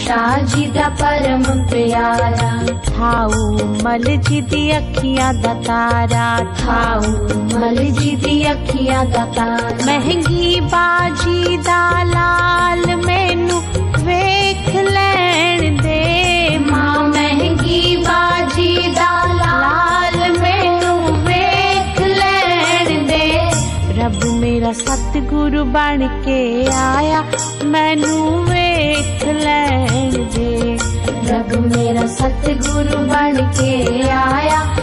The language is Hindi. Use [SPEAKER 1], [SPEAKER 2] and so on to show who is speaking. [SPEAKER 1] शाजिदा परम प्यारा
[SPEAKER 2] थाऊ मल जी दी अखियां दा तारा
[SPEAKER 1] खाऊ मल जी दी अखियां दा तारा
[SPEAKER 2] महंगी बाजी दा लाल मैनू वेख लैण दे
[SPEAKER 1] माँ महंगी बाजी दा लाल मैनू वेख लैण दे
[SPEAKER 2] रब मेरा सतगुरु बन के आया मैनू वेख लैण दे
[SPEAKER 1] रब मेरा सतगुरु बन के आया